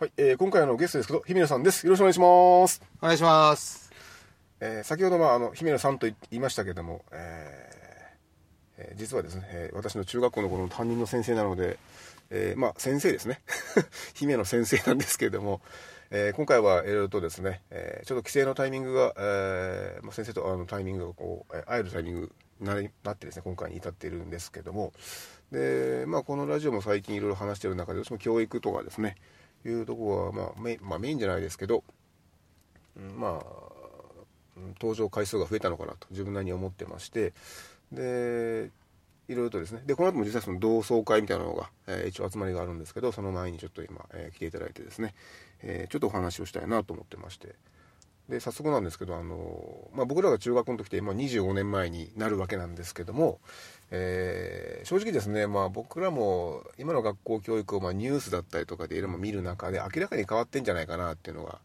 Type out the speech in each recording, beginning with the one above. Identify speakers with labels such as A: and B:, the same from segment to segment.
A: はい、えー今回のゲストですけど、姫野さんです。よろしくお願いします。
B: お願いします。
A: えー先ほど、まあ、あの、姫野さんと言いましたけども、えーえー実はですね、えー私の中学校の頃の担任の先生なので、えーまあ、先生ですね。 姫野先生なんですけれども、えー今回はいろいろとですね、えーちょっと帰省のタイミングが、えーまあ、先生とあのタイミングがこう、えー会えるタイミングになりなってですね、今回に至っているんですけども、で、まあ、このラジオも最近いろいろ話している中で、どうしても教育とかですね、いうところは、まあメインまあ、メインじゃないですけど、うんまあうん登場回数が増えたのかなと自分なりに思ってましてでいろいろとですねでこの後も実際その同窓会みたいなのが、えー一応集まりがあるんですけどその前にちょっと今、えー来ていただいてですね、えーちょっとお話をしたいなと思ってましてで早速なんですけど、あのまあ、僕らが中学の時って今25年前になるわけなんですけども、えー正直ですね、まあ、僕らも今の学校教育をまあニュースだったりとかでいろいろ見る中で明らかに変わってんじゃないかなっていうのが、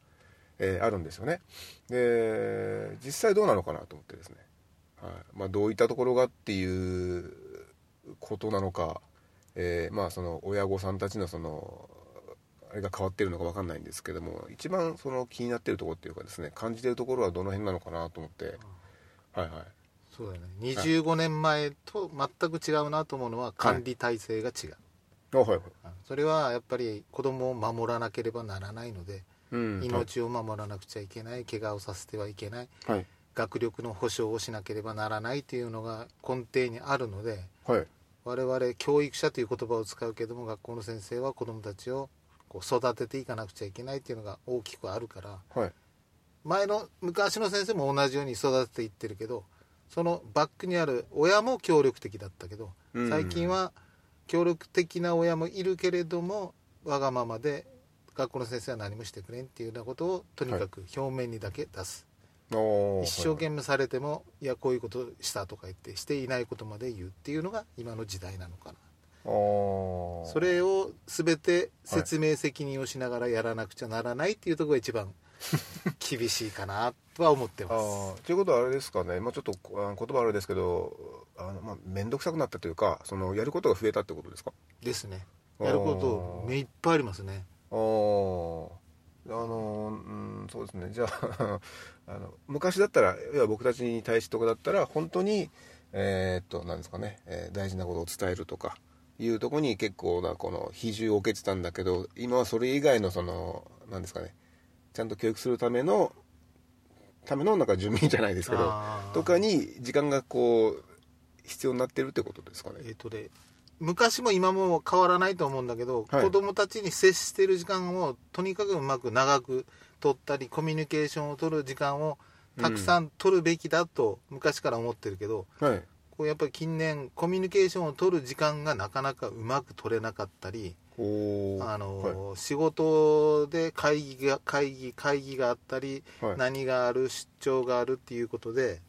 A: えーあるんですよねで実際どうなのかなと思ってですね、はいまあ、どういったところがっていうことなのか、えーまあ、その親御さんたちのそのあれが変わってるのか分かんないんですけども一番その気になってるところっていうかですね感じてるところはどの辺なのかなと思って、はいはい
B: そうだね。25年前と全く違うなと思うのは管理体制が違う。
A: あはいはい
B: それはやっぱり子供を守らなければならないので、
A: うん
B: 命を守らなくちゃいけない、怪我をさせてはいけない、
A: はい
B: 学力の保障をしなければならないというのが根底にあるので、
A: はい
B: 我々教育者という言葉を使うけども、学校の先生は子供たちをこう育てていかなくちゃいけないというのが大きくあるから、
A: はい
B: 前の昔の先生も同じように育てていってるけどそのバックにある親も協力的だったけど、
A: うん
B: 最近は協力的な親もいるけれどもわがままで学校の先生は何もしてくれんっていうようなことをとにかく表面にだけ出す、
A: おー
B: 一生懸命されても、いやこういうことしたとか言ってしていないことまで言うっていうのが今の時代なのかな
A: おー
B: それを全て説明責任をしながらやらなくちゃならないっていうところが一 番厳しいかなとは思って
A: あ
B: ます
A: ーということはあれですかね、まあ、ちょっとあの言葉あれですけどあの、まあ、面倒くさくなったというかそのやることが増えたってことですか
B: ですね
A: あー
B: やることめいっぱいありますね
A: あーあのうんそうですねじゃあ あの昔だったら要は僕たちに対してとかだったら本当にえーっとなんですかね、えー大事なことを伝えるとかいうとこに結構なこの比重を受けてたんだけど今はそれ以外のそのなんですかねちゃんと教育するためのためのなんか準備じゃないですけど
B: あー
A: とかに時間がこう必要になってるってことですかね
B: えっ、とね昔も今も変わらないと思うんだけど、
A: はい
B: 子供たちに接している時間をとにかくうまく長く取ったりコミュニケーションを取る時間をたくさん取るべきだと昔から思ってるけど、
A: はい
B: こうやっぱり近年コミュニケーションを取る時間がなかなかうまく取れなかったり、
A: おー
B: あの
A: はい
B: 仕事で会議が会議会議があったり、
A: はい
B: 何がある出張があるっていうことで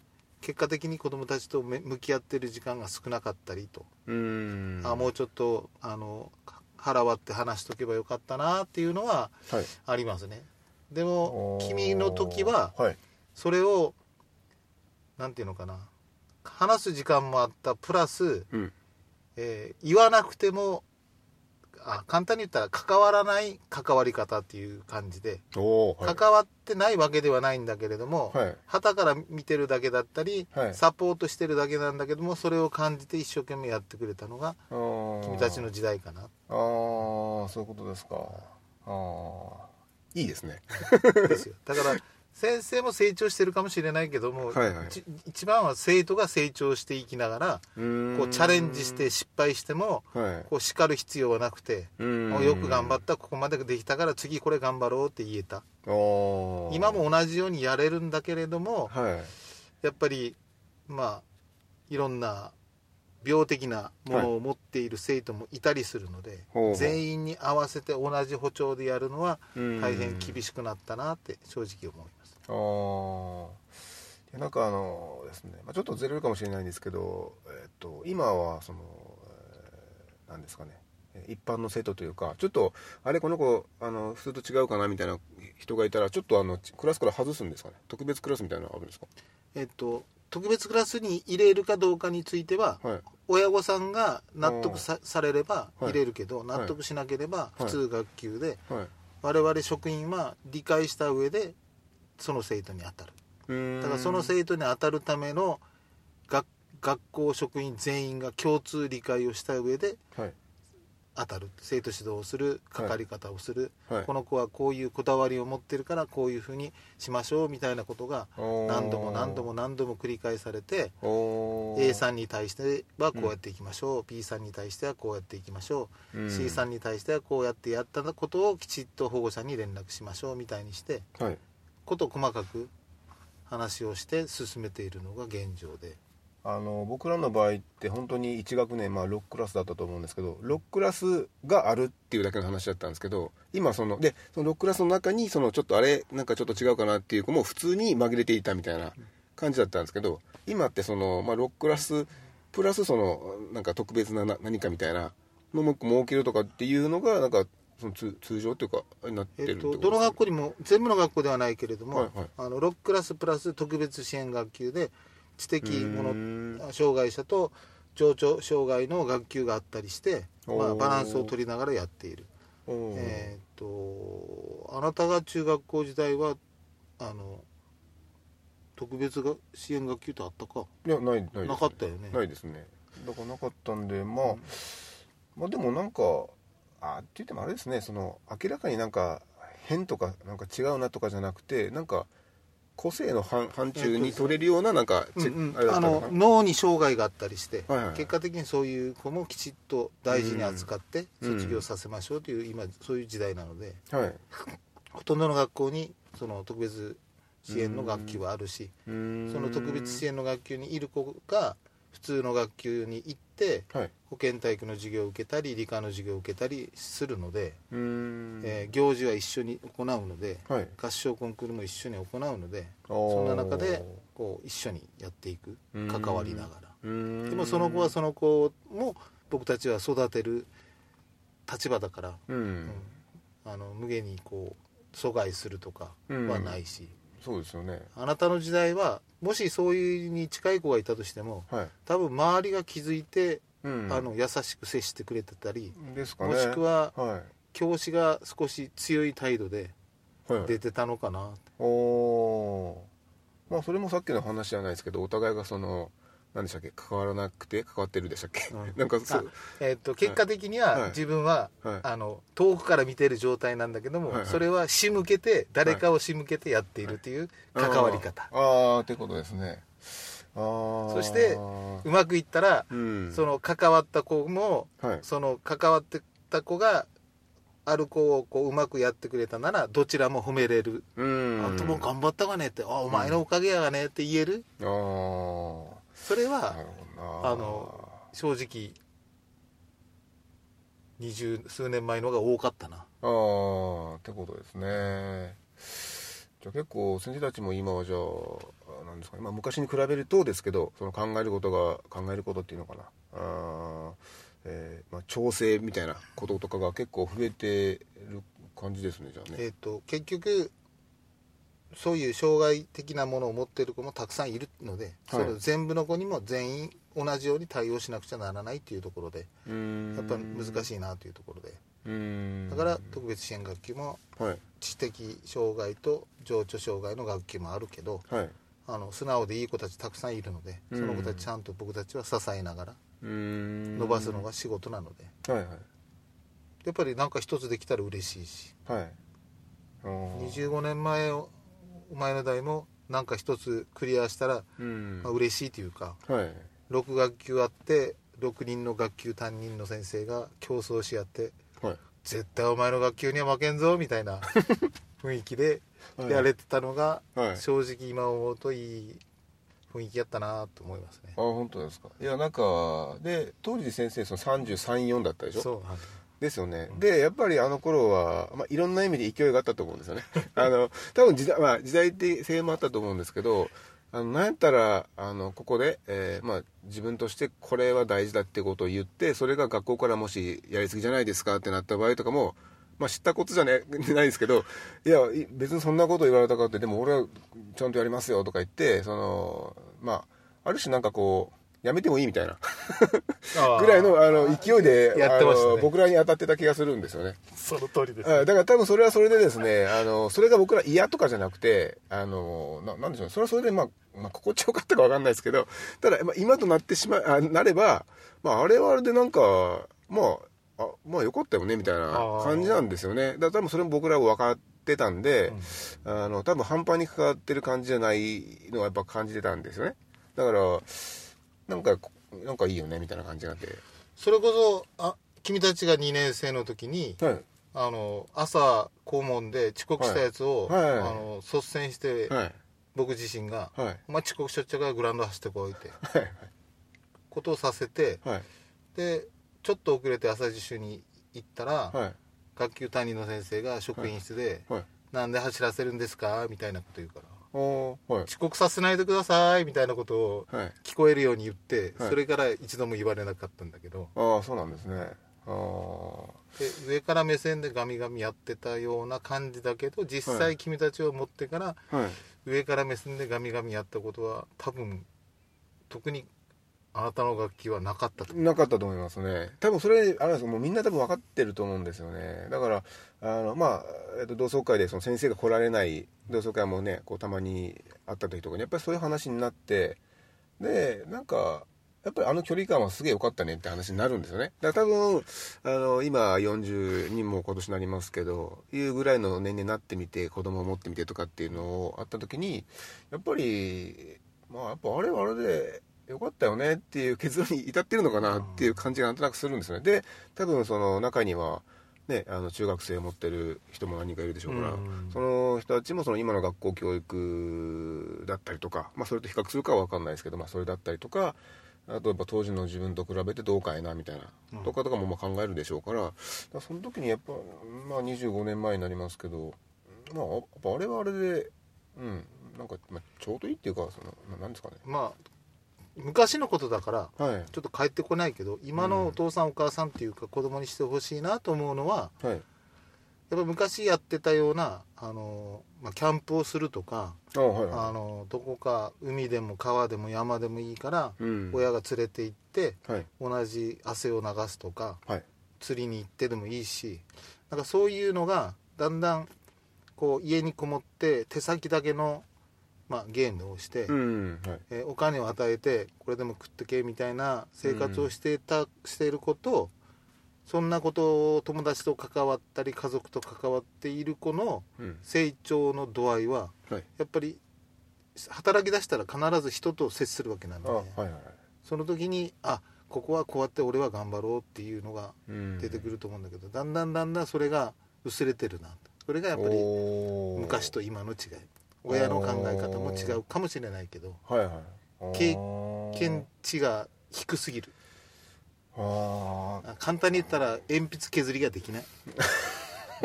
B: 結果的に子どもたちとめ向き合ってる時間が少なかったりと、
A: うーん
B: あもうちょっとあのは腹割って話しとけばよかったなっていうのは
A: はい
B: ありますねでも君の時は
A: おーはい
B: それをなんていうのかな話す時間もあったプラス、
A: うん
B: えー言わなくてもあ簡単に言ったら関わらない関わり方っていう感じで、
A: おーはい
B: 関わってないわけではないんだけれども、
A: はい
B: 旗から見てるだけだったり、
A: はい
B: サポートしてるだけなんだけどもそれを感じて一生懸命やってくれたのが
A: あー
B: 君たちの時代かな
A: あーそういうことですかあーいいですね
B: ですよだから先生も成長してるかもしれないけども、
A: はいはい
B: 一一番は生徒が成長していきながらこうチャレンジして失敗しても
A: はい
B: こう叱る必要はなくて、もうよく頑張ったここまでできたから次これ頑張ろうって言えた
A: たおー
B: 今も同じようにやれるんだけれども
A: はい
B: やっぱりまあいろんな病的なものを持っている生徒もいたりするので、
A: ほうほう
B: 全員に合わせて同じ歩調でやるのは
A: うん
B: 大変厳しくなったなって正直思います、
A: あーいやなんかあのですね、まあ、ちょっとずれるかもしれないんですけど、えっと今はその、えーなんですかねえー一般の生徒というかちょっとあれこの子あの普通と違うかなみたいな人がいたらちょっとあのちクラスから外すんですかね特別クラスみたいなのあるんですか
B: えっと特別クラスに入れるかどうかについては、
A: はい
B: 親御さんが納得さされれば
A: はい
B: 入れるけど、
A: い
B: 納得しなければ
A: い
B: 普通学級で、
A: はい
B: 我々職員は理解した上でその生徒に当たる
A: うーん
B: だからその生徒に当たるための学学校職員全員が共通理解をした上で
A: はい
B: 当たる生徒指導をする
A: はい
B: かかり方をする、
A: はい
B: この子はこういうこだわりを持ってるからこういうふうにしましょうみたいなことが何度も何度も何度も繰り返されて
A: おー
B: A さんに対してはこうやっていきましょう、B さんに対してはこうやっていきましょう、
A: うん
B: C さんに対してはこうやってやったことをきちっと保護者に連絡しましょうみたいにして
A: はい
B: ことを細かく話をして進めているのが現状で
A: あの僕らの場合って本当に1学年、まあ、6クラスだったと思うんですけど6クラスがあるっていうだけの話だったんですけど今そのでその6クラスの中にそのちょっとあれなんかちょっと違うかなっていう子も普通に紛れていたみたいな感じだったんですけど今ってその、まあ、6クラスプラスそのなんか特別なな何かみたいなのも設けるとかっていうのがなんかその通通常っていうかになって
B: え
A: る
B: っ、
A: ってこととです
B: どの
A: ね
B: 学校にも全部の学校ではないけれども、
A: はいはい
B: あの6クラスプラス特別支援学級で知的も
A: うー
B: の障害者と情緒障害の学級があったりして、まあ、
A: おー
B: バランスを取りながらやっている、
A: おー
B: えっとあなたが中学校時代はあの特別が支援学級ってあったか
A: いやないないですね
B: なかったよね
A: ないですねだからなかったんでまあ、まあでもなんかあって言ってもあれですねその明らかになんか変とかなんか違うなとかじゃなくてなんか個性の範範疇に取れるようななんか、チェ
B: うんうん
A: あれだ
B: あ
A: ったの
B: の
A: かな
B: 脳に障害があったりして、
A: はいはいはい
B: 結果的にそういう子もきちっと大事に扱って
A: うん
B: 卒業させましょうという、今そういう時代なので
A: はい
B: ほとんどの学校にその特別支援の学級はあるし、
A: うーん
B: その特別支援の学級にいる子が普通の学級に行って
A: はい
B: 保健体育の授業を受けたり理科の授業を受けたりするので、
A: うーん
B: えー行事は一緒に行うので、
A: はい
B: 合唱コンクールも一緒に行うので
A: おー
B: そんな中でこう一緒にやっていく
A: うん
B: 関わりながら。
A: うーん
B: でもその子はその子も僕たちは育てる立場だから、
A: うん、
B: うんあの無限にこう阻害するとかはないし、
A: そうですよね
B: あなたの時代はもしそういうに近い子がいたとしても
A: はい、
B: 多分周りが気づいて、
A: うん、
B: あの優しく接してくれてたり、
A: ですかね
B: もしくは
A: は
B: 教師が少し強い態度で
A: い、はい、
B: 出てたのかなって、
A: おおーまあそれもさっきの話じゃないですけどお互いがその何でしたっけ関わらなくて関わってるでしたっけ、
B: うん
A: なんかそう
B: えっと結果的には
A: はい
B: 自分は、
A: はい
B: あの遠くから見てる状態なんだけども、
A: はいはい
B: それは仕向けて誰かを仕向けてやっているっていう関わり方、
A: あーあーってことですねああ
B: そしてうまくいったら、
A: うん
B: その関わった子も
A: はい
B: その関わってた子がある子をこううまくやってくれたならどちらも褒めれる、
A: うん
B: あんたも頑張ったわねってあお前のおかげやわねって言える
A: あー
B: それは
A: なるほどな
B: あの正直二十数年前のが多かったな
A: あーってことですねじゃあ結構先生たちも今はじゃああなんですかね、まあ、昔に比べるとですけどその考えることが考えることっていうのかなあー、えーまあ、調整みたいなこととかが結構増えてる感じですねじゃあね
B: えっと結局そういう障害的なものを持っている子もたくさんいるので、
A: はい
B: その全部の子にも全員同じように対応しなくちゃならないっていうところで
A: うーん
B: やっぱり難しいなというところで
A: うーん
B: だから特別支援学級も
A: はい
B: 知的障害と情緒障害の学級もあるけど
A: はい
B: あの素直でいい子たちたくさんいるのでその子たちちゃんと僕たちは支えながら
A: うーん
B: 伸ばすのが仕事なので
A: はいはい
B: やっぱりなんか一つできたら嬉しいし
A: はいあー
B: 25年前をお前の代もなんか一つクリアしたら
A: うん
B: まあ嬉しいというか
A: はい
B: 6学級あって6人の学級担任の先生が競争し合って
A: はい
B: 絶対お前の学級には負けんぞみた いな雰囲気で
A: はい
B: やれてたのが
A: はい
B: 正直今思うといい雰囲気やったなと思います
A: あ
B: ね
A: 本当ですかいやなんかで当時先生その334だったでしょ
B: そうはい
A: ですよね、でやっぱりあの頃は、まあ、いろんな意味で勢いがあったと思うんですよね あの多分時代,、まあ、時代的性もあったと思うんですけどあのなんやったらあのここで、えーまあ、自分としてこれは大事だってことを言ってそれが学校からもしやりすぎじゃないですかってなった場合とかも、まあ、知ったことじゃねないですけどいやい別にそんなこと言われたからってでも俺はちゃんとやりますよとか言ってそのまあある種なんかこうやめてもいいみたいな ぐらいのあの勢いで
B: やってましたね
A: あの僕らに当たってた気がするんですよね
B: その通りです
A: あだから多分それはそれでですねあのそれが僕ら嫌とかじゃなくてあのななんでしょうねそれはそれで、まあ、まあ心地よかったか分かんないですけどただ、まあ、今となってしまあなれば、まあ、あれはあれでなんかまああまあよかったよねみたいな感じなんですよねだから多分それも僕らも分かってたんで、あの多分半端に関わってる感じじゃないのはやっぱ感じてたんですよねだからなんかこなんかいいよねみたいな感じになって
B: それこそあ君たちが2年生の時に
A: はい
B: あの朝校門で遅刻したやつを、
A: はいはい
B: あの率先して、
A: はい
B: 僕自身が「
A: はい
B: お前遅刻しちゃっちゃうからグラウンド走ってこい」って
A: はい
B: ことをさせて
A: はい
B: でちょっと遅れて朝実習に行ったら、
A: はい
B: 学級担任の先生が職員室で
A: はい
B: 「なんで走らせるんですか?」みたいなこと言うから
A: おーはい
B: 「遅刻させないでください」みたいなことを
A: はい
B: 聞こえるように言って、
A: はい
B: それから一度も言われなかったんだけど
A: ああそうなんですねあー
B: で上から目線でガミガミやってたような感じだけど実
A: は
B: 際君たちを持ってから
A: はい
B: 上から目線でガミガミやったことは多分特にあなたの楽器はなかったと
A: なかったと思いますね多分それあれなんですもうみんな多分分かってると思うんですよねだからあのまあ、えっと、同窓会でその先生が来られない同窓会もねこうたまにあった時とかにやっぱりそういう話になってでなんかやっぱりあの距離感はすげえ良かったねって話になるんですよねだから多分あの今40にも今年なりますけどいうぐらいの年齢になってみて子供を持ってみてとかっていうのをあった時にやっぱりまあやっぱあれはあれでよかったよねっていう結論に至ってるのかなっていう感じがなんとなくするんですよねで多分その中にはねあの中学生を持ってる人も何人かいるでしょうから、
B: うん
A: その人たちもその今の学校教育だったりとか、まあ、それと比較するかは分かんないですけど、まあ、それだったりとかあとやっぱ当時の自分と比べてどうかいなみたいなとかとかもまあ考えるでしょうからだからその時にやっぱ、まあ、25年前になりますけど、まあ、やっぱあれはあれで、うん、なんかまあちょうどいいっていうかそのななんですかね。
B: まあ昔のことだから
A: はい
B: ちょっと帰ってこないけど今のお父さんお母さんっていうか子供にしてほしいなと思うのは
A: はい、
B: やっぱ昔やってたようなあの、まあ、キャンプをするとか
A: あはいは
B: あのどこか海でも川でも山でもいいから
A: い、うん、はい
B: 親が連れて行って
A: はい
B: 同じ汗を流すとか
A: はい
B: 釣りに行ってでもいいしなんかそういうのがだんだんこう家にこもって手先だけの、まあ、ゲームをして、
A: うんはい
B: えーお金を与えてこれでも食ってけみたいな生活をしていた、していることをそんなことを友達と関わったり家族と関わっている子の
A: うん
B: 成長の度合いは
A: はい
B: やっぱり働き出したら必ず人と接するわけな
A: あは
B: ので、
A: いはいはい
B: その時にあここはこうやって俺は頑張ろうっていうのが
A: うん
B: 出てくると思うんだけど、だんだんだんだんそれが薄れてるなそれがやっぱり
A: り
B: 昔と今の違い親の考え方も違うかもしれないけど
A: はいはい
B: 経
A: 験
B: 見値が低すぎる
A: あー
B: あ簡単に言ったら鉛筆削りができない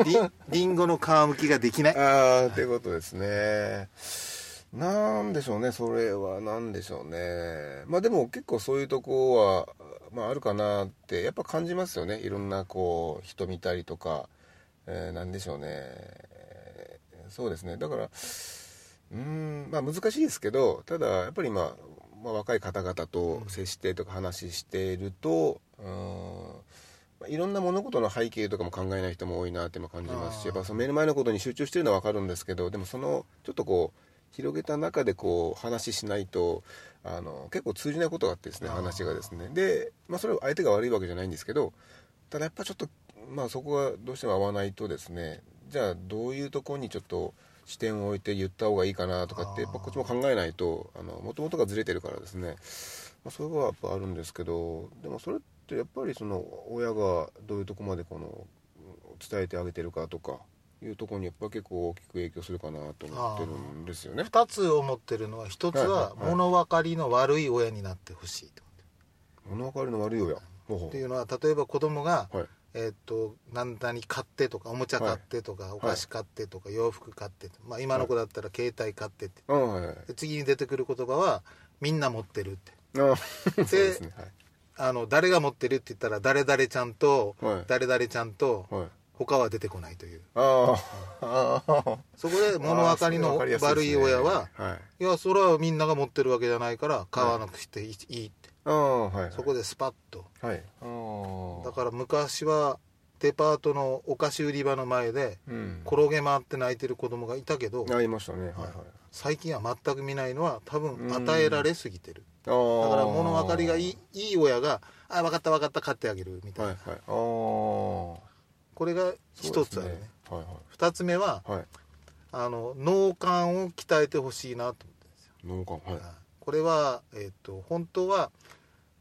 B: りりんごの皮むきができない
A: あーってことですねなんでしょうねそれはなんでしょうねまあでも結構そういうとこは、まあ、あるかなってやっぱ感じますよねいろんなこう人見たりとか、えーなんでしょうねえーそうですねだからうーんまあ難しいですけどただやっぱり今、まあ、若い方々と接してとか話しているとうーんまあいろんな物事の背景とかも考えない人も多いなっても感じますし
B: あー
A: やっぱその目の前のことに集中してるのは分かるんですけどでもそのちょっとこう広げた中でこう話ししないとあの結構通じないことがあってですね
B: あー
A: 話がですねで、まあ、それは相手が悪いわけじゃないんですけどただやっぱちょっと、まあ、そこがどうしても合わないとですねじゃあどういうところにちょっと視点を置いて言った方がいいかなとかって
B: あ
A: や
B: ー
A: っぱこっちも考えないともともとがずれてるからですね、まあ、そういうことはやっぱあるんですけどでもそれってやっぱりその親がどういうとこまでこの伝えてあげてるかとかいうところにやっぱ結構大きく影響するかなと思ってるんですよね。
B: 2つ思ってるのは1つは
A: はいはいはい
B: 物分かりの悪い親になってほしいと
A: 物分かりの悪い親。ほうほ
B: っていうのは例えば子供が、
A: うはい。
B: えーっと何々買ってとかおもちゃ買ってとか、お菓子買ってとか洋服買ってとまあ、今の子だったら携帯買ってって
A: ああはいはい。
B: で次に出てくる言葉はみんな持ってるって
A: ああそうですね。
B: あの誰が持ってるって言ったら誰々ちゃんと、
A: はい
B: 誰々ちゃんと、
A: はい。はい。
B: 他は出てこないという
A: ああああ。
B: そこで物分かりの
A: ああそれ分かりやす
B: 悪
A: で
B: い
A: すね
B: 親は、
A: はい。
B: いやそれはみんなが持ってるわけじゃないから買わなくていいいいって、
A: ああはいはい。
B: そこでスパッと
A: はい。ああ。
B: だから昔はデパートのお菓子売り場の前で
A: うん。
B: 転げ回って泣いてる子供がいたけど
A: ありましたね。はいはい。
B: 最近は全く見ないのは多分
A: うん
B: 与えられすぎてる
A: ああ。
B: だから物分かりがいい。いい親が「あ分かった分かった買ってあげる」みたい
A: はい
B: な、
A: はい。ああ。そ
B: これが
A: う
B: 一
A: で
B: つ
A: す
B: あるね
A: ね。はいはい。
B: 二つ目は
A: はい。
B: あの脳幹を鍛えてほしいなと思ってるんですよ
A: 脳幹。はい。
B: これは、えっと本当は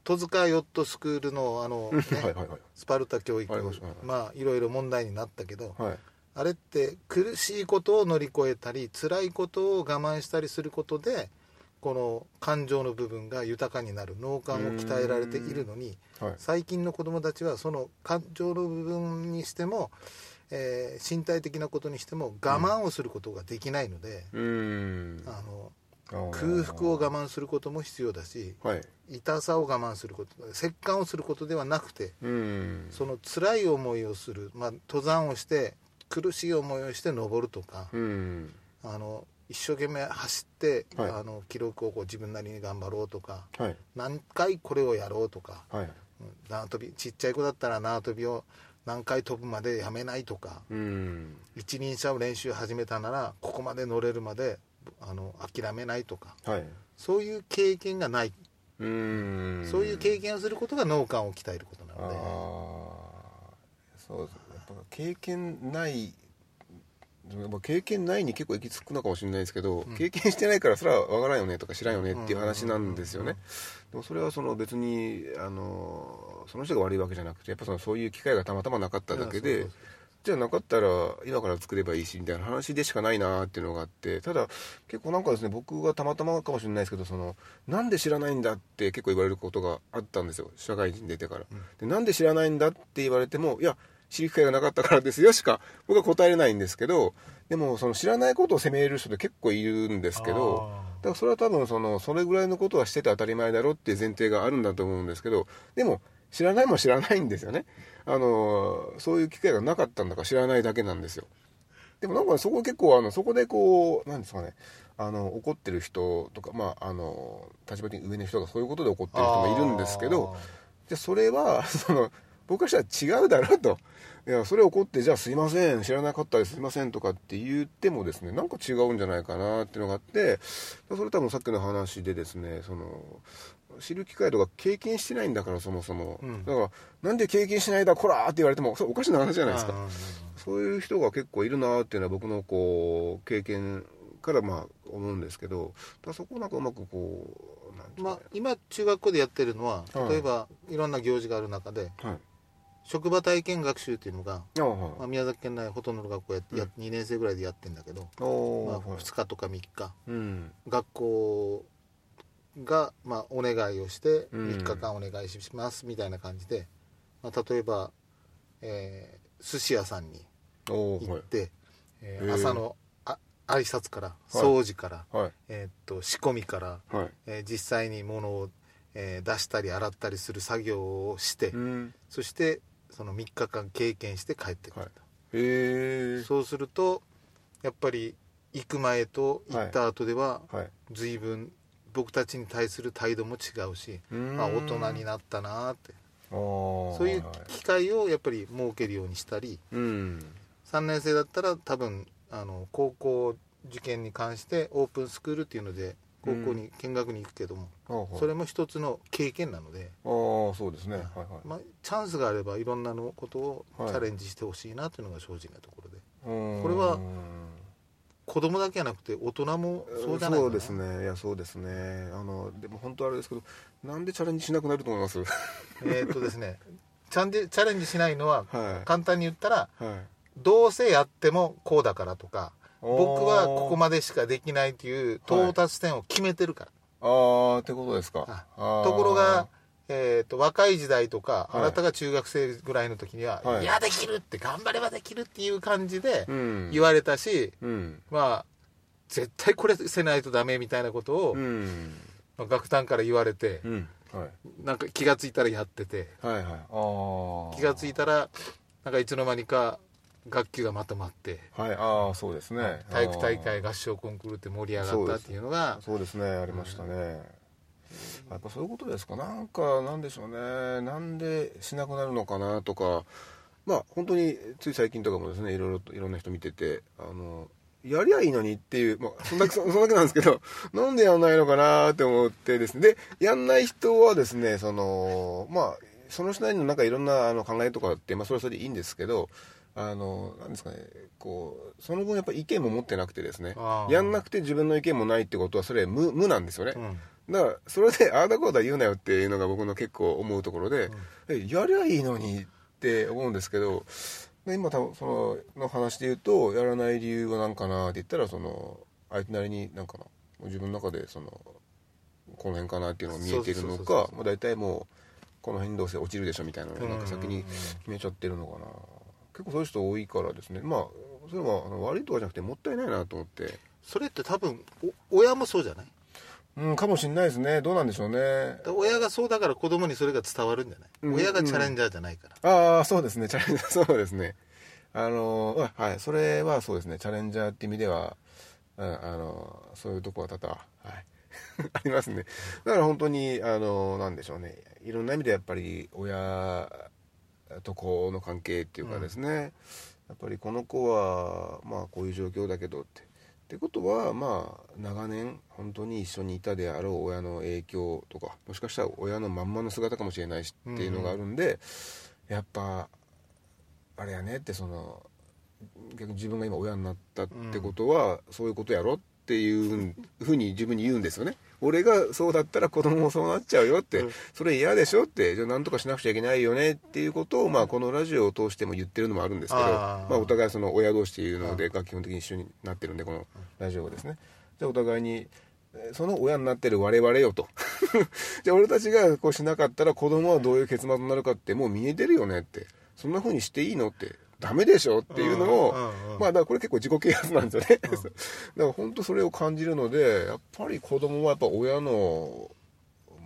B: 戸塚ヨットスクールのあの、ね
A: はいはいはい。
B: スパルタ教育
A: ありますはい
B: まあいろいろ問題になったけど、
A: はい。
B: あれって苦しいことを乗り越えたり辛いことを我慢したりすることでこの感情の部分が豊かになる脳幹を鍛えられているのに
A: はい。
B: 最近の子どもたちはその感情の部分にしても、えー身体的なことにしても我慢をすることができないので、
A: うーん。
B: あの
A: あー
B: 空腹を我慢することも必要だし
A: はい。
B: 痛さを我慢すること折檻をすることではなくて
A: うーん。
B: その辛い思いをする、まあ、登山をして苦しい思いをして登るとか、
A: うーん。
B: あの一生懸命走って、
A: はい
B: あの記録をこう自分なりに頑張ろうとか
A: はい。
B: 何回これをやろうとか
A: はい。
B: うん縄跳びちっちゃい子だったら縄跳びを何回飛ぶまでやめないとか
A: うーん。
B: 一輪車を練習始めたならここまで乗れるまであの諦めないとか
A: はい。
B: そういう経験がない、
A: うーん。
B: そういう経験をすることが脳幹を鍛えることな
A: ああ
B: ので。
A: そうですね。やっぱ経験ない。まあ経験ないに結構行き着くのかもしれないですけど、
B: うん
A: 経験してないからそれは分からんよねとか知らんよねっていう話なんですよね、でもそれはその別にあのその人が悪いわけじゃなくてやっぱそのそういう機会がたまたまなかっただけで、
B: うんそうそう
A: じゃなかったら今から作ればいいしみたいな話でしかないなっていうのがあってただ結構なんかですね僕がたまたまかもしれないですけどそのなんで知らないんだって結構言われることがあったんですよ社会人出てから、でなんで知らないんだって言われてもいや知る機会がなかったからですよしか僕は答えれないんですけどでもその知らないことを責める人って結構いるんですけど
B: あー
A: だからそれは多分そのそれぐらいのことはしてて当たり前だろっていう前提があるんだと思うんですけどでも知らないもん知らないんですよねあのそういう機会がなかったんだから知らないだけなんですよでもなんかねそこ結構あのそこでこうなんですかねあの怒ってる人とかまああの立場的に上の人がそういうことで怒ってる人もいるんですけどじゃあそれは その僕からしたら違うだろうといやそれ怒ってじゃあすいません知らなかったですすいませんとかって言ってもですねなんか違うんじゃないかなっていうのがあってそれ多分さっきの話でですねその知る機会とか経験してないんだからそもそも、
B: うん
A: だからなんで経験しないだこらーって言われてもそれおかしな話じゃ
B: あー
A: ないですか
B: うんうんうん
A: そういう人が結構いるなっていうのは僕のこう経験からまあ思うんですけどだからそこをなんかうまくこうなんていう
B: ま
A: か
B: あ
A: ね、
B: 今中学校でやってるのは
A: はい
B: 例えばいろんな行事がある中で
A: はい
B: 職場体験学習っていうのが、
A: ああはい
B: まあ、宮崎県内ほとんどの学校やって、や2年生ぐらいでやってんだけど、
A: おー
B: まあ、
A: はい
B: 2日とか3日
A: うん
B: 学校が、まあ、お願いをして
A: うん
B: 3日間お願いしますみたいな感じで、まあ、例えば、えー寿司屋さんに
A: おー
B: 行
A: は
B: っ
A: い
B: て、えー
A: へー
B: 朝のあ挨拶から掃除から、
A: はい
B: えーっと仕込みから、
A: はい
B: えー実際に物を、えー出したり洗ったりする作業をして、
A: うん
B: そしてその3日間経験して帰ってくる、
A: へえ
B: そうするとやっぱり行く前と行った後では
A: はい
B: 随分僕たちに対する態度も違うし、
A: ま
B: まあ、大人になったなーって
A: そ
B: そういう機会をやっぱり設けるようにしたり
A: うん
B: 3年生だったら多分あの高校受験に関してオープンスクールっていうので高校に見学に行くけども、そ
A: そ
B: れも一つの経験なので、
A: ああそうですねはいはい
B: まあ、チャンスがあればいろんなのことをチ
A: はい
B: ャレンジしてほしいなというのが正直なところで、
A: こ
B: これは子供だけじゃなくて大人もそうじゃない
A: そ
B: かな
A: うですねいやそうですねあのでも本当あれですけどなんでチャレンジしなくなると思います は
B: えーっとですねチャンジチャレンジしないのはい簡単に言ったら
A: はい
B: どうせやってもこうだからとか僕はここ
A: ま
B: までしかできないっていう到達点を決めてるから、
A: あーってことですか
B: あ
A: あー
B: ところが、えー、と若い時代とか、
A: はい
B: あなたが中学生ぐらいの時には「
A: はい
B: い、やできる!」って「頑張ればできる!」っていう感じで
A: うん
B: 言われたし、
A: うん
B: まあ絶対これせないとダメみたいなことを、
A: うん
B: まあ楽団から言われて
A: う、んはい
B: なんか気がついたらやってて
A: はいはいああ
B: 気がつ
A: い
B: いたらなんかいつの間にか学級がまとまって
A: はいああそうですね
B: 体育大
A: あ
B: 会
A: ー
B: 合唱コンクールって盛り上
A: そ
B: が
A: うで
B: ったっ
A: す
B: ていうのが
A: そうですねありましたね、やっぱそういうことですかなんかなんでしょうねなんでしなくなるのかなとかまあ本当につい最近とかもですねいろいろといろんな人見ててあのやりゃいいのにっていう、まあ、そんだけそそんだけなんですけど なんでやんないのかなって思ってですねでやんない人はですねそのまあその人なりのなんかいろんなあの考えとかって、まあ、それはそれでいいんですけどあのなんですかねこうその分やっぱ意見も持ってなくてですね
B: あー
A: やんなくて自分の意見もないってことはそれ無無なんですよね、
B: うん
A: だからそれでああだこうだ言うなよっていうのが僕の結構思うところで、えやりゃいいのにって思うんですけどで今多分そのの話で言うとやらない理由は何かなって言ったらその相手なりになんかな自分の中でそのこの辺かなっていうのが見えているの
B: そうそうそう
A: か
B: そう
A: まあ大体もうこの辺どうせ落ちるでしょみたいなのをなんか先に
B: うん
A: 決めちゃってるのかな結構そういう人多いからですねまあそれはあの悪いとかじゃなくてもったいないなと思って。
B: それって多分お親もそうじゃない
A: うん、かもしれないですね。どうなんでしょうね。
B: だから親がそうだから子供にそれが伝わるんじゃない、
A: うん
B: 親がチャレンジャーじゃないから、
A: ああ、そうですね。チャレンジャー、そうですね。あのー、うんはい。それはそうですね。チャレンジャーって意味では、うん、あのー、そういうとこは多々、はい。 ありますね。だから本当に、あのー、なんでしょうね。いろんな意味でやっぱり、親と子の関係っていうかですね。やっぱりこの子は、まあ、こういう状況だけどって。ってことはまあ長年本当に一緒にいたであろう親の影響とかもしかしたら親のまんまの姿かもしれないしっていうのがあるんで、やっぱあれやねってその逆に自分が今親になったってことは、そういうことやろっていうふうに自分に言うんですよね俺がそうだったら子供もそうなっちゃうよって、
B: うん
A: それ嫌でしょってじゃあなんとかしなくちゃいけないよねっていうことを、まあ、このラジオを通しても言ってるのもあるんですけど
B: あー
A: まあ、お互いその親同士っていうのでが基本的に一緒になってるんでこのラジオがですねじゃあお互いにえーその親になってる我々よと じゃあ俺たちがこうしなかったら子供はどういう結末になるかってもう見えてるよねってそんな風にしていいのってダメでしょっていうのを
B: うんうんうん
A: まあだからこれ結構自己啓発なんですよね、 だから本当それを感じるのでやっぱり子供はやっぱ親の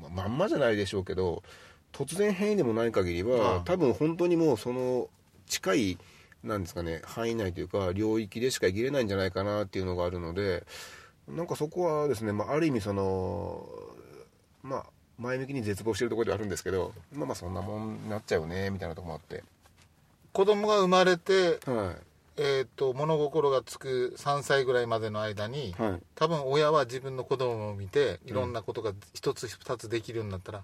A: まあまんまじゃないでしょうけど突然変異でもない限りは、
B: うん
A: 多分本当にもうその近いなんですかね範囲内というか領域でしか生きれないんじゃないかなっていうのがあるのでなんかそこはですね、まあ、ある意味そのまあ前向きに絶望してるところではあるんですけどまあまあそんなもんになっちゃうよねみたいなとこもあって
B: 子供が生まれて、
A: は
B: えー、と物心がつく3歳ぐらいまでの間に、
A: いはい
B: 多分親は自分の子供を見ていろんなことが一つ二つできるようになったら、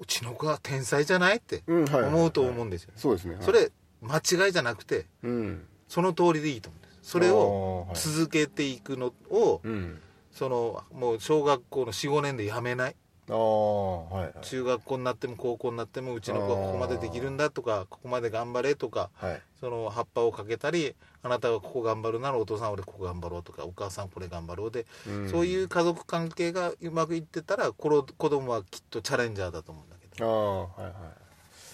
B: うちの子は天才じゃないって
A: うんはい
B: 思うと思うんですよ、
A: そうですねはい
B: それ間違いじゃなくて
A: うん
B: その通りでいいと思うんですそれを
A: あーはい
B: 続けていくのを、
A: うん
B: そのもう小学校の45年でやめない
A: ああはいはい
B: 中学校になっても高校になってもうちの子はここまでできるんだとかここまで頑張れとか
A: はい
B: その葉っぱをかけたりあなたはここ頑張るならお父さん俺ここ頑張ろうとかお母さんこれ頑張ろうで、
A: うん
B: そういう家族関係がうまくいってたらこの子供はきっとチャレンジャーだと思うんだけ
A: あ
B: ど
A: あはいはい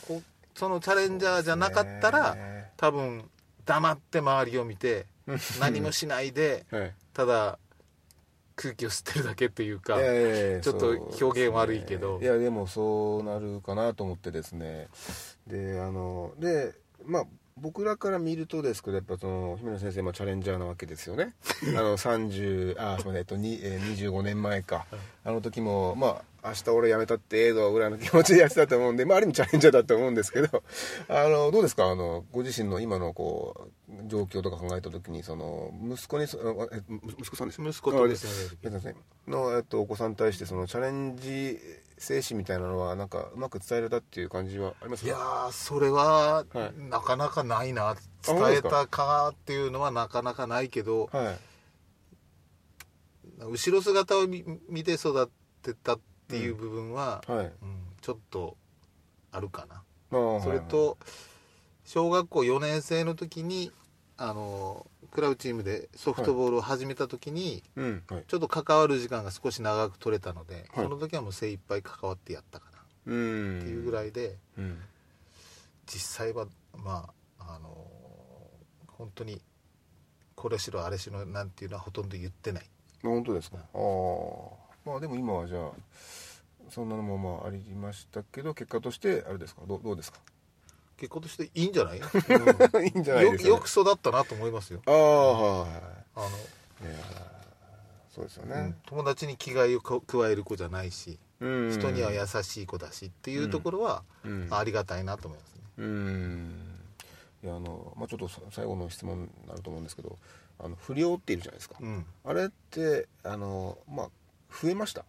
B: こそのチャレンジャーじゃなかったら、
A: ね
B: 多分黙って周りを見て何もしないで
A: はい
B: ただ空気を吸ってるだけというか、
A: いやいやいや
B: ちょっと表現悪いけど
A: そうですねいやでもそうなるかなと思ってですねであのでまあ僕らから見るとですけどやっぱその姫野先生もチャレンジャーなわけですよ ねあの30あすみませんえっとにえー25年前かあの時もまあ明日俺辞めたってええぞぐらいの気持ちでやってたと思うんで、まあ、ある意味チャレンジャーだと思うんですけどあのどうですかあのご自身の今のこう状況とか考えた時にその息子にそあえ息子さんです
B: 息子と娘がいるけど
A: 皆さんの、えっと、お子さんに対してそのチャレンジ精神みたいなのはなんかうまく伝えられたっていう感じはあります
B: い
A: か
B: やーそれは
A: は
B: なかなかないな、伝
A: そうで
B: え
A: すか
B: たかっていうのはなかなかないけど
A: はい
B: 後ろ姿を見見て育ってたっていう部分は、
A: はい
B: うんちょっとあるかな、
A: あー
B: それと小学校4年生の時にあのクラブチームでソフトボールを始めた時に、
A: うん。はい。
B: ちょっと関わる時間が少し長く取れたので、
A: はい
B: その時はもう精一杯関わってやったかな
A: うん。
B: っていうぐら
A: い。
B: いで、
A: うん。
B: 実際はまああのー本当にこれしろあれしろなんていうのはほとんど言ってない
A: 本当ですか。ああ。まあでも今はじゃあ、そんなのもまあありましたけど、結果として、あれですかどうどうですか
B: 結果としていいんじゃない、
A: いいんじゃ
B: うん
A: ない
B: よ
A: ですか、ね。
B: よく育ったなと思いますよ
A: ああ、はいはいは
B: あの、
A: い。いやーそうですよ
B: う
A: ね
B: ん。友達に気概をこ加える子じゃないし
A: うん
B: 人には優しい子だしっていうところは、
A: うん
B: ありがたいなと思いますね
A: うんいやあの、まあ、ちょっとさ最後の質問になると思うんですけどあの不良っているじゃないですか、
B: うん
A: あれってあのまあ増えました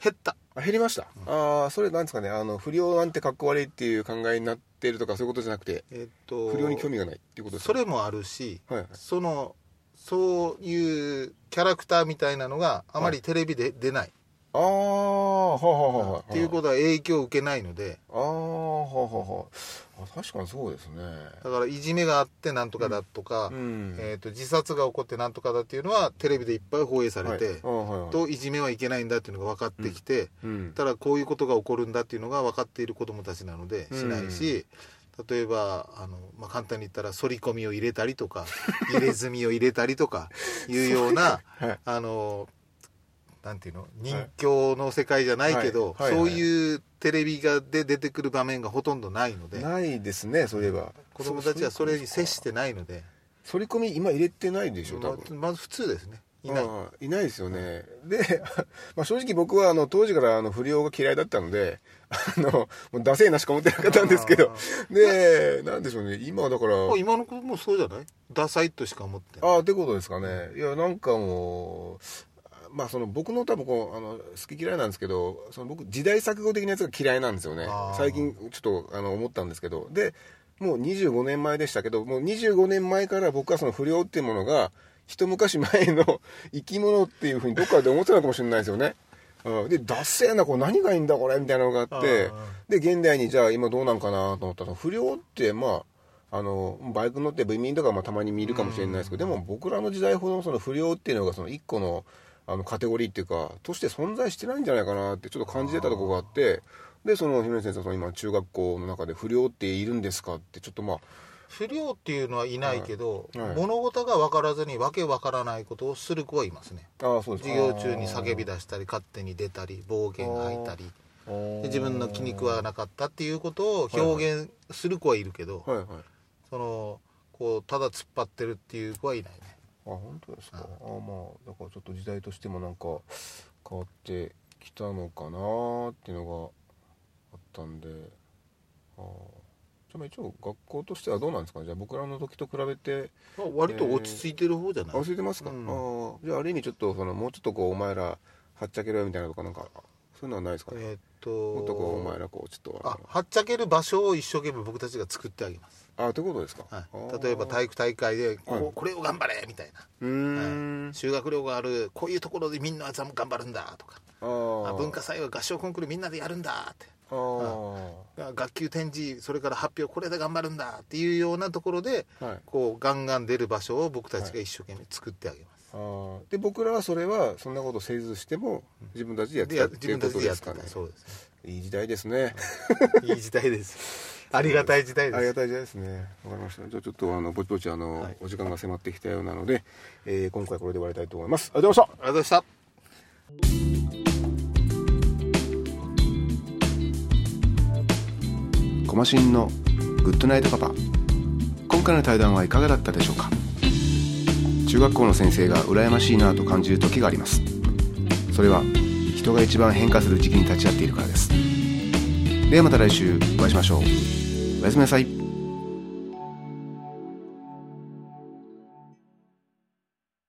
B: 減った
A: あ減りました、ああそれなんですかねあの不良なんてかっこ悪いっていう考えになってるとかそういうことじゃなくて
B: えっと
A: 不良に興味がないっていうことです
B: そ
A: か
B: れもあるし、
A: はいはい
B: そのそういうキャラクターみたいなのがあまりテレビで出ない、
A: ああはあはあはあは
B: っていうこととは影響を受けないので
A: ああはあはあはああ確かにそうですね
B: だからいじめがあってなんとかだとか、
A: うん
B: えっと自殺が起こってなんとかだっていうのはテレビでいっぱい放映されて、
A: はいあーはいはい、
B: といじめはいけないんだっていうのが分かってきて、
A: うん
B: ただこういうことが起こるんだっていうのが分かっている子どもたちなのでしないし、例えばあの、まあ、簡単に言ったら反り込みを入れたり とか入れ墨を入れたりとかいうような、
A: はい
B: あのなんていうの人形の世界じゃないけど、
A: はいはい
B: そういうテレビがで出てくる場面がほとんどないので
A: ないですねそういえば
B: 子どもたちはそれに接してないので
A: 反り込み今入れてないでしょ多
B: ま
A: 分
B: まず普通ですねいない。
A: うんいないですよねで、 まあ、正直僕はあの当時からあの不良が嫌いだったので あのもうダセえなしか思ってなかったんですけどでなんでしょうね今はだから
B: まあ今の子もそうじゃないダサいとしか思ってない
A: ああってことですかねいやなんかもうまあその僕の多分こうあの好き嫌いなんですけどその僕時代錯誤的なやつが嫌いなんですよね
B: あー
A: 最近ちょっとあの思ったんですけどでもう25年前でしたけどもう25年前から僕はその不良っていうものが一昔前の生き物っていうふうにどっかで思ってたのかもしれないですよね。うんで、ダッセーな、これ何がいいんだこれみたいなのがあって
B: あー、
A: で現代にじゃあ今どうなんかなと思ったら不良ってまああのバイク乗って部民とかまあたまに見るかもしれないですけど、でも僕らの時代ほどその不良っていうのがその一個のあのカテゴリーっていうかとして存在してないんじゃないかなってちょっと感じてたとこがあってでその姫先生その今中学校の中で不良っているんですかってちょっとまあ
B: 不良っていうのはいないけど、
A: はいはい
B: 物事が分からずにわけ分からないことをする子はいますね
A: ああそうです
B: 授業中に叫び出したり勝手に出たり暴言吐いたり
A: あー
B: で自分の気に食わなかったっていうことを表現する子はいるけど、
A: はいはい
B: そのこうただ突っ張ってるっていう子はいないね
A: あ本当ですか、ああまあだからちょっと時代としてもなんか変わってきたのかなーっていうのがあったんでああじゃあまあ一応学校としてはどうなんですかねじゃあ僕らの時と比べて
B: まあ割と落ち着いてる方じゃない、
A: 忘れてますか、
B: うん
A: ああじゃあある意味ちょっとそのもうちょっとこうお前らはっちゃけろよみたいなとかなんかそういうのはないですかね
B: えーっと
A: もっとこうお前らこうちょっと
B: あはっちゃける場所を一生懸命僕たちが作ってあげます、
A: ああということですか、
B: は
A: ああ
B: い、例えば体育大会でこ,、
A: はい
B: これを頑張れみたいな
A: うーん、
B: 修学旅行があるこういうところでみんな頑張るんだとか
A: ああ
B: あ文化祭は合唱コンクールみんなでやるんだって
A: ああ
B: あ学級展示それから発表これで頑張るんだっていうようなところで
A: はい
B: こうガンガン出る場所を僕たちが一生懸命作ってあげます、
A: あーで僕らはそれはそんなことせずしても自分たちでやって
B: で
A: た
B: や
A: って
B: 自
A: いう
B: 分
A: こ
B: た
A: と
B: ちで
A: で
B: やっ
A: す
B: て
A: か
B: た
A: ね
B: そうです
A: いい時代ですね
B: いい時代ですありがたい時代
A: あり
B: で
A: が
B: す
A: たい時代ですねわかりましたじゃあちょっとあのぼちぼちあの、
B: はい
A: お時間が迫ってきたようなので、えー今回これで終わりたいと思いますありがとうございました
B: ありがとうございました
A: コマシンのグッドナイトパパ今回の対談はいかがだったでしょうか中学校の先生が羨ましいなと感じる時がありますそれは人が一番変化する時期に立ち会っているからですではまた来週お会いしましょうおやすみなさい